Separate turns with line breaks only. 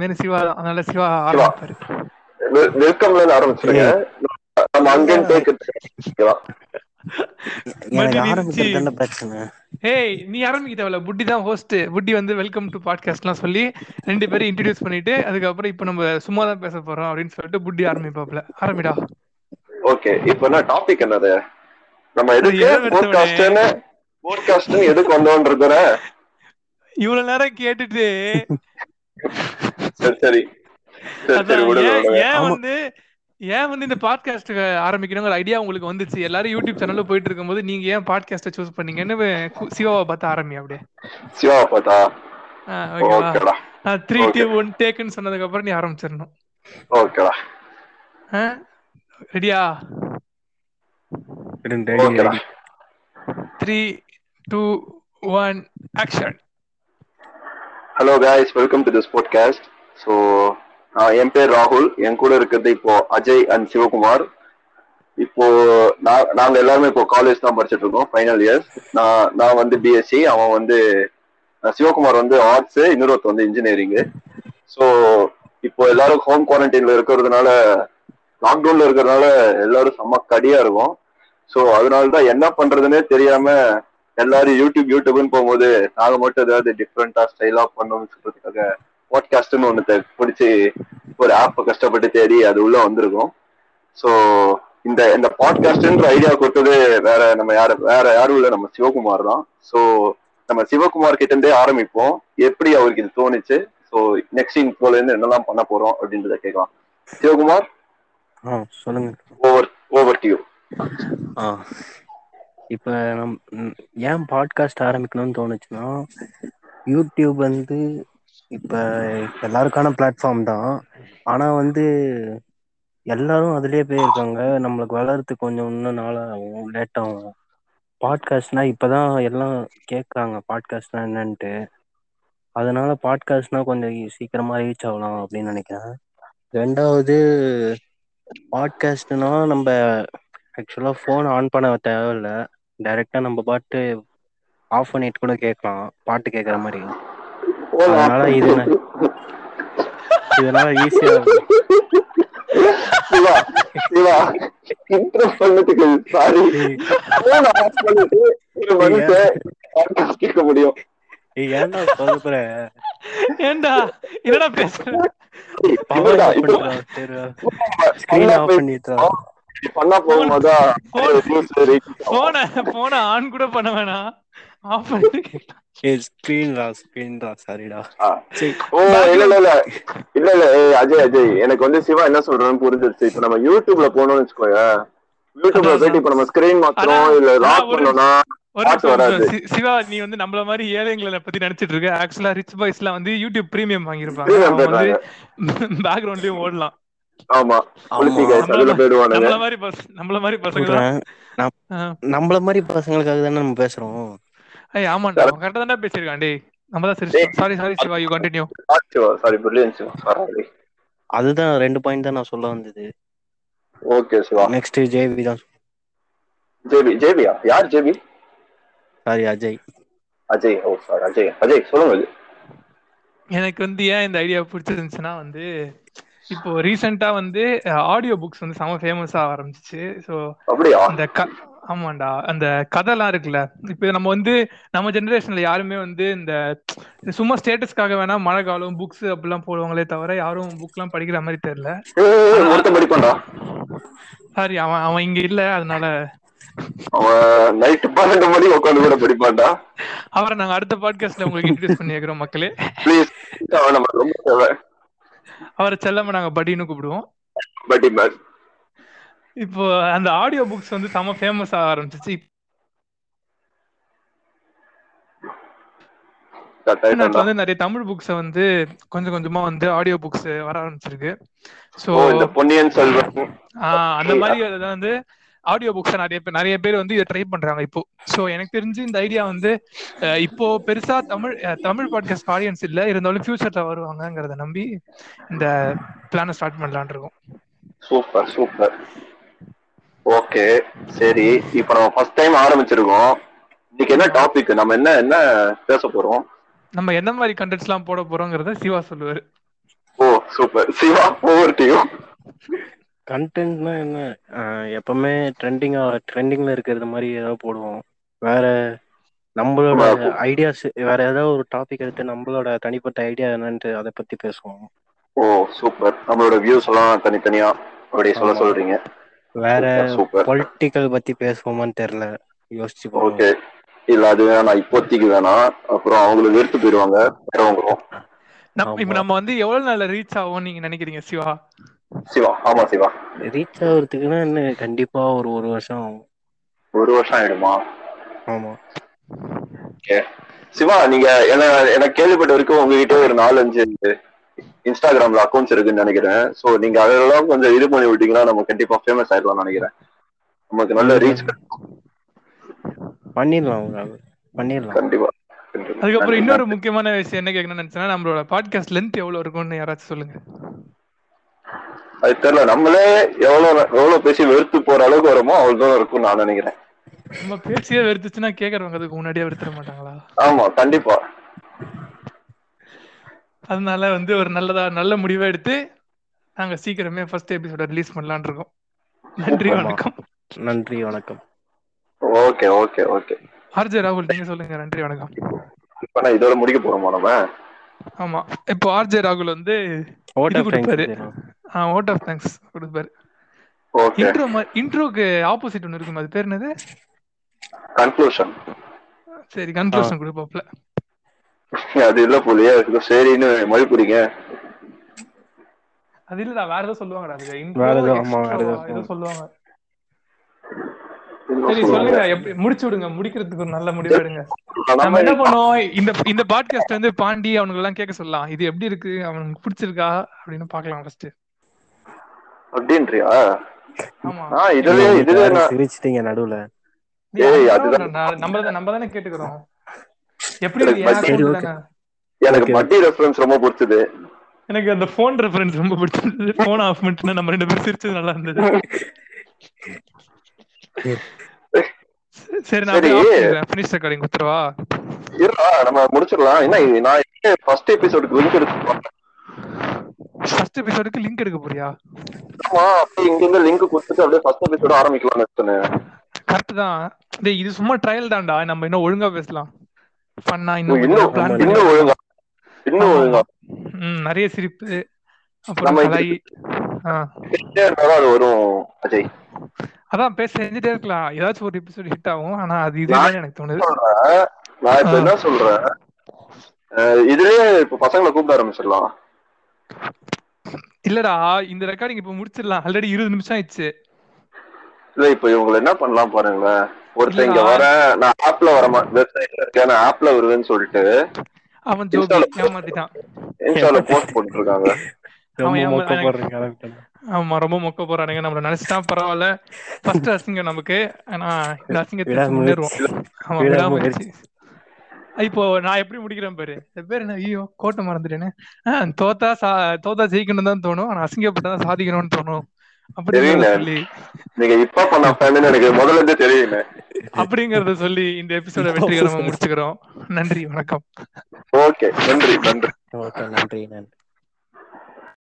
மேனி சிவா தான். அதனால சிவா ஆரம்பிப்பாரு
வெல்கம்ல இருந்து ஆரம்பிச்சிருங்க நம்ம அங்கே டேக்
மறுபடியும் இருந்துச்சு.
எனக்கு ஆரம்பிக்கிறது தானே பிரச்சனை
ஏய் நீ ஆரம்பிக்க தேவையில்ல புட்டி தான் ஹோஸ்ட் புட்டி வந்து வெல்கம் டு பாட்காஸ்ட்லாம் சொல்லி ரெண்டு பேரும் இன்ட்ரடியூஸ் பண்ணிட்டு அதுக்கப்புறம் இப்போ நம்ம சும்மா தான் பேச போறோம் அப்படின்னு சொல்லிட்டு புட்டி ஆரம்பிப்பாப்ல ஆரம்பிடா
ஓகே இப்போ என்ன டாபிக் என்னது நம்ம எதுக்கு
இது எடுத்த
போட்காஸ்ட்னு போட்காஸ்ட்னு எதுக்கு வந்தோம் இருக்கிற
இவ்வளவு நேரம் கேட்டுட்டு
சரி சரி சரி
அதான்
சரி விடுங்க
ஏன்
விடுங்க.
ஏன்
ஆமா.
வந்து ஏன் வந்து இந்த பாட்காஸ்ட் ஆரம்பிக்கணுங்கிற ஐடியா உங்களுக்கு வந்துச்சு எல்லாரும் யூடியூப் சேனல்ல போயிட்டு இருக்கும்போது நீங்க ஏன் பாட்காஸ்ட சூஸ் பண்ணீங்கன்னு கு- சிவாவை பார்த்து ஆரம்பி அப்படியே
சிவா பார்த்தா
ஆ, ஓகேவா
ஓகேடா
நான் த்ரீ
Okay.
டூ ஒன் டேக்குன்னு சொன்னதுக்கு அப்புறம் நீ ஆரம்பிச்சிடணும்
ஓகேடா
ரெடியா
ரெண்டு
ஓகேடா
three two one action
hello guys welcome to this podcast so என் பேர் ராகுல் என் கூட இருக்கிறது இப்போ அஜய் அண்ட் சிவகுமார் இப்போ நான் நாங்க எல்லாருமே இப்போ காலேஜ் தான் படிச்சுட்டு இருக்கோம் ஃபைனல் இயர்ஸ் நான் நான் வந்து பிஎஸ்சி அவன் வந்து அஹ், சிவகுமார் வந்து ஆர்ட்ஸ் இன்னொருத்த வந்து இன்ஜினியரிங்கு ஸோ இப்போ எல்லாரும் ஹோம் குவாரண்டைன்ல இருக்கிறதுனால லாக்டவுன்ல இருக்கிறதுனால எல்லாரும் செம்ம கடியா இருக்கும் ஸோ அதனால தான் என்ன பண்றதுன்னே தெரியாம எல்லாரும் யூடியூப் யூடியூப்னு போகும்போது நாங்க மட்டும் ஏதாவது டிஃப்ரெண்டா ஸ்டைலா பண்ணணும்னு சொல்றதுக்காக பாட்காஸ்ட்னு ஒன்று பிடிச்சி ஒரு ஆப்பை கஷ்டப்பட்டு தேடி அது உள்ள வந்திருக்கும் ஸோ இந்த இந்த பாட்காஸ்ட்ன்ற ஐடியா கொடுத்தது வேற நம்ம யாரு வேற யாரும் இல்லை நம்ம சிவகுமார் தான் ஸோ நம்ம சிவகுமார் கிட்ட இருந்தே ஆரம்பிப்போம் எப்படி அவருக்கு இது தோணுச்சு ஸோ நெக்ஸ்ட் இன்ஃபோல இருந்து என்னெல்லாம் பண்ண போறோம் அப்படின்றத கேட்கலாம் சிவகுமார்
ஆ சொல்லுங்க
ஓவர் ஓவர் டியூ
ஆ இப்போ நம் ம், ஏன் பாட்காஸ்ட் ஆரம்பிக்கணும்னு தோணுச்சுன்னா யூடியூப் வந்து இப்போ எல்லாருக்கான பிளாட்ஃபார்ம் தான் ஆனால் வந்து எல்லாரும் அதுலேயே போயிருக்காங்க நம்மளுக்கு வளர்றதுக்கு கொஞ்சம் இன்னும் நாள் ஆகும் லேட் ஆகும் பாட்காஸ்ட்னா இப்போ தான் எல்லாம் கேட்குறாங்க பாட்காஸ்ட்னா என்னன்ட்டு அதனால பாட்காஸ்ட்னா கொஞ்சம் ஈ- சீக்கிரமா ரீச் ஆகலாம் அப்படின்னு நினைக்கிறேன் ரெண்டாவது பாட்காஸ்ட்னா நம்ம ஆக்சுவலாக ஃபோன் ஆன் பண்ண தேவையில்ல டைரெக்டாக நம்ம பாட்டு ஆஃப் பண்ணிட்டு கூட கேட்கலாம் பாட்டு கேட்குற மாதிரி அதனால இது ந- இதனால ஈஸியாக
சிவா சிவா intro பண்ணதுக்கு sorry. phone off பண்ணிட்டு ஒரு மனுஷன் podcast கேட்க முடியும்
ஏன்டா சொல்லுற
ஏண்டா என்னடா பேசுற
இவர்தான், இவர்தான்.
ஸ்க்ரீன்
பண்ணா
ஆஃப்
போய்
பண்ணிட்டு
இப்படி பண்ணா போகும்போதா
phone-
news reach ஆகும்.
போன போன ஆன் கூட பண்ண வேணாம் ஆஃப் பண்ணிட்டு
ஏ ஸ்க்ரீன்டா ஸ்க்ரீன்டா சாரிடா
ஆ.
சரி
ஓ இல்ல இல்ல இல்ல இல்ல இல்ல ஏய், அஜய் அஜய் எனக்கு வந்து சிவா என்ன சொல்றேன்னு புரிஞ்சிருச்சு இப்ப நம்ம யூடியூப்ல போனோம்னு வச்சுக்கோங்க யூடியூப்ல
அதான்,
போயிட்டு இப்ப நம்ம ஸ்கிரீன் மாத்துறோம்
அதான்,
இல்ல
அதான்
லாக்
ஒரு-
பண்ணோம்னா
ஒரு
பாட்டு
நிமிஷம், ஒரு
வராது.
நிமிஷம். சி- சிவா நீ வந்து நம்மள மாதிரி ஏழைங்களை பத்தி நினைச்சிட்டு இருக்க ஆக்சுவலா ரிச் பாய்ஸ் எல்லாம் வந்து யூடியூப் பிரீமியம் வாங்கியிருப்பாங்க
Premium
அவங்க வந்து பேக்ரவுண்ட்லயும் ஓடலாம்
ஆமா குளிப்பி கைஸ் அதுல போயிடுவானுங்க
நம்மள மாதிரி பஸ் நம்மள மாதிரி பசங்க தான்.
சொல்றேன்
ஆ.
நம்மள மாதிரி பசங்களுக்காக தானே நம்ம பேசுறோம்
ஏய் ஆமாண்டா அவன் கரெக்டா தானே பேசியிருக்கான் டேய் நம்ம தான் சரி sorry sorry Siva you continue
sorry brilliant Siva sorry
அதுதான் ரெண்டு பாயிண்ட் தான் நான் சொல்ல வந்தது
ஓகே சிவா
நெக்ஸ்ட் ஜேவி தான்
ஜேபி ஜேபியா யார் ஜேபி
சாரி அஜய்
அஜய் ஓ சார் அஜய் அஜய் சொல்லுங்க
எனக்கு வந்து ஏன் இந்த ஐடியா பிடிச்சிருந்துச்சுன்னா வந்து இப்போ ரீசெண்டா வந்து ஆடியோ புக்ஸ் வந்து செம ஃபேமஸ் ஆக ஆரம்பிச்சிச்சு ஸோ
அப்படியா
அந்த க ஆமாண்டா அந்த கதைலாம் இருக்குல்ல இப்போ நம்ம வந்து நம்ம ஜெனரேஷன்ல யாருமே வந்து இந்த சும்மா ஸ்டேட்டஸ்க்காக வேணா மழை காலம் புக்ஸ் அப்படிலாம் போடுவாங்களே தவிர யாரும் புக்லாம் படிக்கிற மாதிரி தெரியல
ஏய், ஒருத்தன் படிப்பான்டா
சாரி அவன் அவன் இங்க இல்ல அதனால
அவன் நைட் பன்னெண்டு மணி உட்காந்து கூட படிப்பான்டா
அவரை நாங்க அடுத்த பாட்காஸ்ட்ல உங்களுக்கு இன்ட்ரடியூஸ் பண்ணி வைக்கிறோம் மக்களே
ப்ளீஸ் அவன் நம்ம ரொம்ப தேவை
அவரை செல்லாம நாங்க படின்னு கூப்பிடுவோம்
பட்டி மேன்
இப்போ அந்த ஆடியோ புக்ஸ் வந்து செம ஃபேமஸ் ஆக ஆரம்பிச்சிச்சு
கட்
தமிழ்நாட்டுல
ஆயிட்டான்டா
வந்து நிறைய தமிழ் புக்ஸை வந்து கொஞ்சம் கொஞ்சமா வந்து ஆடியோ புக்ஸ் வர ஆரம்பிச்சிருக்கு ஸோ
ஓ இந்த பொன்னியின் செல்வன்
அந்த மாதிரி இதை வந்து ஆடியோ புக்ஸை நிறைய பேர் நிறைய பேர் வந்து இதை ட்ரை பண்றாங்க இப்போ ஸோ எனக்கு தெரிஞ்சு இந்த ஐடியா வந்து அஹ், இப்போ பெருசா தமிழ் அஹ், தமிழ் பாட்காஸ்ட் ஆடியன்ஸ் இல்ல இருந்தாலும் ஃபியூச்சர்ல வருவாங்கங்கிறத நம்பி இந்த பிளானை ஸ்டார்ட் பண்ணலான் இருக்கோம்
சூப்பர் சூப்பர் ஓகே சரி இப்போ நம்ம ஃபர்ஸ்ட் டைம் ஆரம்பிச்சிருக்கோம் இன்னைக்கு என்ன டாபிக் நம்ம என்ன என்ன பேச போறோம்
நம்ம என்ன மாதிரி கண்டென்ட்ஸ்லாம் போட போறோங்கிறத சிவா சொல்லுவாரு
சூப்பர் சிவா ஓவர் டு
கண்டென்ட்னா என்ன ஆஹ் எப்பவுமே ட்ரெண்டிங்கா ட்ரெண்டிங்ல இருக்கிறது மாதிரி ஏதாவது போடுவோம் வேற நம்மளோட ஐடியாஸ் வேற ஏதாவது ஒரு டாபிக் எடுத்து நம்மளோட தனிப்பட்ட ஐடியா என்னன்ட்டு அதை பத்தி பேசுவோம்
ஓ சூப்பர் நம்மளோட வியூஸ் எல்லாம் தனித்தனியா அப்படி சொல்ல
ஆமா.
சொல்றீங்க
வேற
சூப்பர்
பொலிட்டிக்கல் பத்தி பேசுவோமான்னு தெரியல யோசிச்சு போவோம்
ஓகே இல்ல அது வேணா இப்போதைக்கு வேணாம் அப்புறம் அவங்களுக்கு வெறுத்து போயிடுவாங்க வேற வந்துரும்
நம்ம இப்ப
ஆமா.
நம்ம வந்து எவ்வளவு நாள்ல ரீச் ஆகும் நீங்க நினைக்கிறீங்க சிவா
சிவா ஆமா சிவா
ரீச் ஆகுறதுக்குன்னா என்ன கண்டிப்பா ஒரு ஒரு வருஷம் ஆகும்
ஒரு வருஷம் ஆயிடுமா
ஆமா
சிவா நீங்க என்ன எனக்கு கேள்விப்பட்ட வரைக்கும் உங்ககிட்ட ஒரு நாலஞ்சு இன்ஸ்டாகிராம்ல அக்கௌண்ட்ஸ் இருக்குன்னு நினைக்கிறேன் சோ நீங்க அதெல்லாம் கொஞ்சம் இது பண்ணி விட்டீங்கன்னா நம்ம கண்டிப்பா ஃபேமஸ் ஆயிடலாம்னு நினைக்கிறேன் நமக்கு நல்ல ரீச்
பண்ணிடலாம் ஒரு நாள். பண்ணிடலாம்
கண்டிப்பா கண்டிப்பா.
அதுக்கப்புறம் இன்னொரு முக்கியமான விஷயம் என்ன கேட்கணும்னு நினைச்சேன்னா நம்மளோட பாட்காஸ்ட் லென்த் எவ்வளவு இருக்கும்னு யாராச்சும் சொல்லுங்க
அது தெரியல நம்மளே எவ்வளவு எவ்வளவு பேசி வெறுத்து போற அளவுக்கு வரமோ அவ்வளவு தூரம் இருக்கும்னு நான் நினைக்கிறேன்
நம்ம பேச்சியே வெறுத்துச்சுன்னா கேக்குறவங்க அதுக்கு முன்னாடியே வெறுத்துட மாட்டாங்களா
ஆமா கண்டிப்பா
அதனால வந்து ஒரு நல்லதா நல்ல முடிவை எடுத்து நாங்க சீக்கிரமே ஃபர்ஸ்ட் எபிசோட ரிலீஸ் பண்ணலாம்னு இருக்கோம் நன்றி
ஆமா.
வணக்கம்
நன்றி வணக்கம்
ஓகே ஓகே ஓகே
ஆர்ஜே ராகுல் நீங்க சொல்லுங்க நன்றி வணக்கம்
இப்ப நான் இதோட முடிக்க போறோமா நம்ம
ஆமா இப்போ ஆர்ஜே ராகுல் வந்து
ஓட்ட
இது கொடுப்பாரு.
தேங்க்ஸ்
ஓட் ஆஃப் தேங்க்ஸ் கொடுப்பாரு
ஓகே
இன்ட்ரோ இன்ட்ரோக்கு ஆப்போசிட் ஒன்று இருக்கும் அது பேர் என்னது
கன்க்ளூஷன்
சரி கன்க்ளூஷன் கொடுப்பாப்ல
அது இல்ல போலயே ஏதோ சரின்னு மொழி பிடிங்க
அது இல்லடா வேற ஏதோ சொல்லுவாங்கடா அதுக்கு
வேற ஏதோ,
intro,
ஆமா, வேற ஏதோ
extra, ஏதோ சொல்லுவாங்க சரி சொல்லுங்க எப்படி முடிச்சு விடுங்க முடிக்கிறதுக்கு ஒரு நல்ல முடிவு எடுங்க நம்ம என்ன பண்ணுவோம் இந்த இந்த பாட்காஸ்ட் வந்து பாண்டி அவனுங்க எல்லாம் கேட்க சொல்லலாம் இது எப்படி இருக்கு அவனுக்கு பிடிச்சிருக்கா அப்படின்னு பார்க்கலாம் ஃபர்ஸ்ட்
அப்படின்றியா
ஆமா
ஆ இதுலயே இதுலயே நான்
சிரிச்சிட்டீங்க நடுவுல
நீ
ஏய்,
அதுதான்
அதுதான்.
நான் நம்ம தான் நம்ம தானே கேட்டுக்கிறோம் எப்படி
எனக்கு
இருக்கு என் account தானே?
budget
okay.
எனக்கு
Okay.
பட்டி ரெஃபரன்ஸ் ரொம்ப பிடிச்சது
எனக்கு அந்த ஃபோன் ரெஃபரன்ஸ் ரொம்ப பிடிச்சிருந்தது ஃபோன் ஆஃப் பண்ணிட்டு நம்ம ரெண்டு பேரும் சிரிச்சது நல்லா இருந்தது சரி நான்
சரி.
ஃபினிஷ் ரெக்கார்டிங் கொடுத்துருவா
இருடா நம்ம முடிச்சிடலாம் என்ன இது நான் ஃபர்ஸ்ட் எபிசோடுக்கு லிங்க் எடுத்து
ஃபர்ஸ்ட் எபிசோடுக்கு லிங்க் எடுக்க போறியா
ஆமா அப்படியே இங்க இருந்து லிங்க் கொடுத்துட்டு அப்படியே ஃபர்ஸ்ட் எபிசோட ஆரம்பிக்கலாம்னு சொன்னேன்
கரெக்ட் தான் டேய் இது சும்மா ட்ரையல் தான்டா நம்ம இன்னும் ஒழுங்கா பேசலாம் பண்ணா இன்னும்
இன்னும்
கொஞ்சம் plan பண்ணி
இன்னும் ஒழுங்கா இன்னும்
ஆமா.
ஒழுங்கா
ம், நிறைய சிரிப்பு அப்புறம்
நம்ம
கலை ஆ,
பேசிட்டே இருந்தாலும் அது வரும் அஜய்
அதான் பேச செஞ்சுட்டே இருக்கலாம் ஏதாச்சும் ஒரு எபிசோட் ஹிட் ஆகும் ஆனா அது இது
நான்
இல்லைன்னு எனக்கு தோணுது
சொல்றேன் நான் இப்ப என்ன சொல்றேன் அஹ் இதுலயே இப்ப பசங்களை கூப்பிட ஆரம்பிச்சிடலாம்
இல்லடா இந்த ரெக்கார்டிங் இப்ப முடிச்சிடலாம் ஆல்ரெடி இருபது நிமிஷம் ஆயிடுச்சு
இல்ல இப்ப இவங்களை என்ன பண்ணலாம் பாருங்களேன் ஒருத்தன் இங்க
இல்லடா.
வரேன் நான் ஆப்ல வரமா வெப்சைட்ல இருக்கேன் நான் ஆப்ல வருவேன்னு சொல்லிட்டு
அவன் ஜோபி
Instagram.
ஏமாத்திட்டான்
இன்ஸ்டால போஸ்ட் போட்டுருக்காங்க
அவன்
ரொம்ப
ஏமா-
மொக்க
எனக்கு-
போடுறீங்க ஆரம்பிக்கணும்.
ஆமா ரொம்ப மொக்க போறானுங்க நம்மள நினைச்சிட்டா பரவாயில்ல ஃபர்ஸ்ட் அசிங்கம் நமக்கு ஆனா இந்த அசிங்கத்தை
விடாமுயற்சி.
முன்னேறுவோம் ஆமா
விடாமுயற்சி.
விடாமுயற்சி இப்போ நான் எப்படி முடிக்கிறேன் பாரு இந்த பேர் என்ன ஐயோ கோட்டை மறந்துட்டேனே ஆ, தோத்தா சா தோத்தா ஜெயிக்கணும் தான் தோணும் ஆனா அசிங்கப்பட்டா தான் சாதிக்கணும்னு தோணும் அப்படிங்கறத
தெரியல.
சொல்லி
நீங்க இப்ப பண்ண ஃபேமிலி எனக்கு முதல்ல இருந்தே தெரியல
அப்படிங்கறத சொல்லி இந்த எபிசோட வெற்றிகரமா முடிச்சுக்கிறோம் நன்றி வணக்கம்
ஓகே நன்றி நன்றி
ஓகே நன்றி நன்றி